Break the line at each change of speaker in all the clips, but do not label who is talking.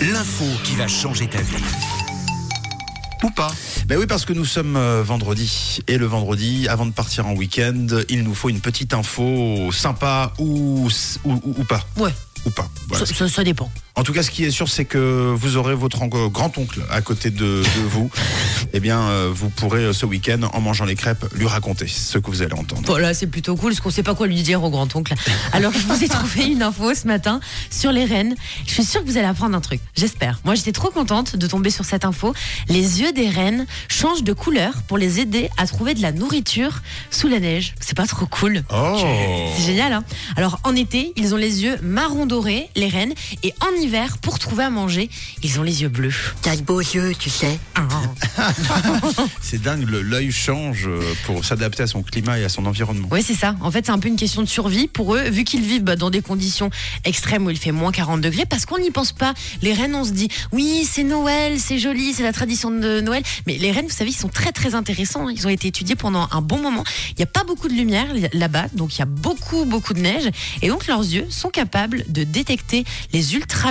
l'info qui va changer ta vie. Ou pas.
Ben oui, parce que nous sommes euh, vendredi. Et le vendredi, avant de partir en week-end, il nous faut une petite info sympa ou, ou, ou- ou pas.
Ouais,
Ou pas. Voilà.
ça, ça- ça dépend.
En tout cas, ce qui est sûr, c'est que vous aurez votre en- grand-oncle à côté de, de vous. Eh bien, euh, vous pourrez euh, ce week-end, en mangeant les crêpes, lui raconter ce que vous allez entendre.
Voilà, c'est plutôt cool, parce qu'on sait pas quoi lui dire au grand-oncle. Alors, je vous ai trouvé une info ce matin sur les rennes. Je suis sûre que vous allez apprendre un truc, j'espère. Moi, j'étais trop contente de tomber sur cette info. Les yeux des rennes changent de couleur pour les aider à trouver de la nourriture sous la neige. C'est pas trop cool
Oh
C'est génial, hein Alors, en été, ils ont les yeux marron doré, les rennes, et en hiver, pour trouver à manger, ils ont les yeux bleus. Ah.
T'as de beaux yeux, tu sais.
C'est dingue, le- l'œil change euh, pour s'adapter à son climat et à son environnement.
Oui, c'est ça. En fait, c'est un peu une question de survie pour eux, vu qu'ils vivent bah, dans des conditions extrêmes où il fait moins 40 degrés, parce qu'on n'y pense pas. Les rennes, on se dit, oui, c'est Noël, c'est joli, c'est la tradition de Noël. Mais les rennes, vous savez, ils sont très, très intéressants. hein. Ils ont été étudiés pendant un bon moment. Il n'y a pas beaucoup de lumière là-bas, donc il y a beaucoup, beaucoup de neige. Et donc, leurs yeux sont capables de détecter les ultraviolets.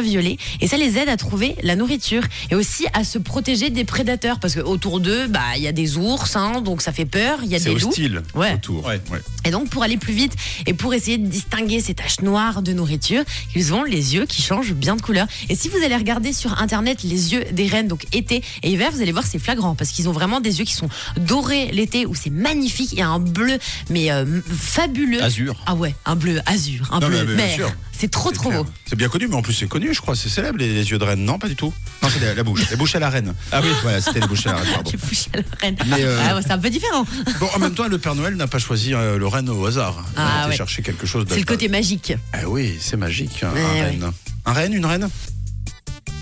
Et ça les aide à trouver la nourriture et aussi à se protéger des prédateurs, parce qu'autour d'eux, bah, il y a des ours, hein, donc ça fait peur, il y a
C'est
des loups.
hostile
Ouais.
autour. Ouais.
Et donc, pour aller plus vite et pour essayer de distinguer ces taches noires de nourriture, ils ont les yeux qui changent bien de couleur. Et si vous allez regarder sur Internet les yeux des rennes, donc été et hiver, vous allez voir, c'est flagrant parce qu'ils ont vraiment des yeux qui sont dorés l'été où c'est magnifique. Il y a un bleu, mais euh, fabuleux.
Azur.
Ah ouais, un bleu azur, un
Non,
bleu
mais bien
mer.
sûr.
C'est trop,
C'est
trop
clair.
beau.
C'est bien connu, mais en plus c'est connu, je crois. C'est célèbre, les, les yeux de reine. Non, pas du tout. Non, c'est la, la bouche. Les bouches à la reine. Ah oui. Voilà, c'était les bouches à la reine, pardon.
J'ai poussé la reine.
Mais, euh,
Ah ouais, c'est un peu différent.
Bon, en même temps, le Père Noël n'a pas choisi euh, le renne au hasard. Il
Ah
a été
ouais.
chercher quelque chose de.
C'est le côté magique.
Ah oui, c'est magique, hein, un,
Ouais,
un
ouais.
renne. Un renne, une reine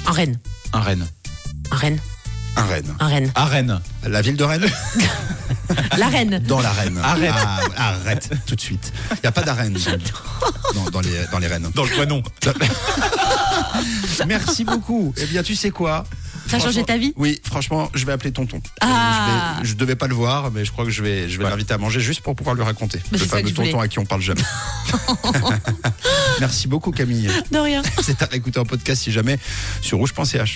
Un renne,
Un Rennes.
un renne,
Un renne.
un renne.
À Rennes.
La ville de Rennes
La reine.
Dans la reine.
Arrête.
Ah, arrête, tout de suite. Il n'y a pas d'arène dans- dans, dans les, dans les rennes.
Dans le Quanon.
Merci beaucoup. Eh bien, tu sais quoi
Ça a changé
Franchement-
ta vie
Oui, franchement, je vais appeler tonton. Euh,
Ah.
Je, vais- je devais pas le voir, mais je crois que je vais, je vais l'inviter à manger juste pour pouvoir lui raconter. le
Mais c'est ça
fameux
que je voulais.
tonton à qui on parle jamais. Merci beaucoup, Camille.
De rien.
C'est à réécouter en podcast si jamais sur rouge.ch.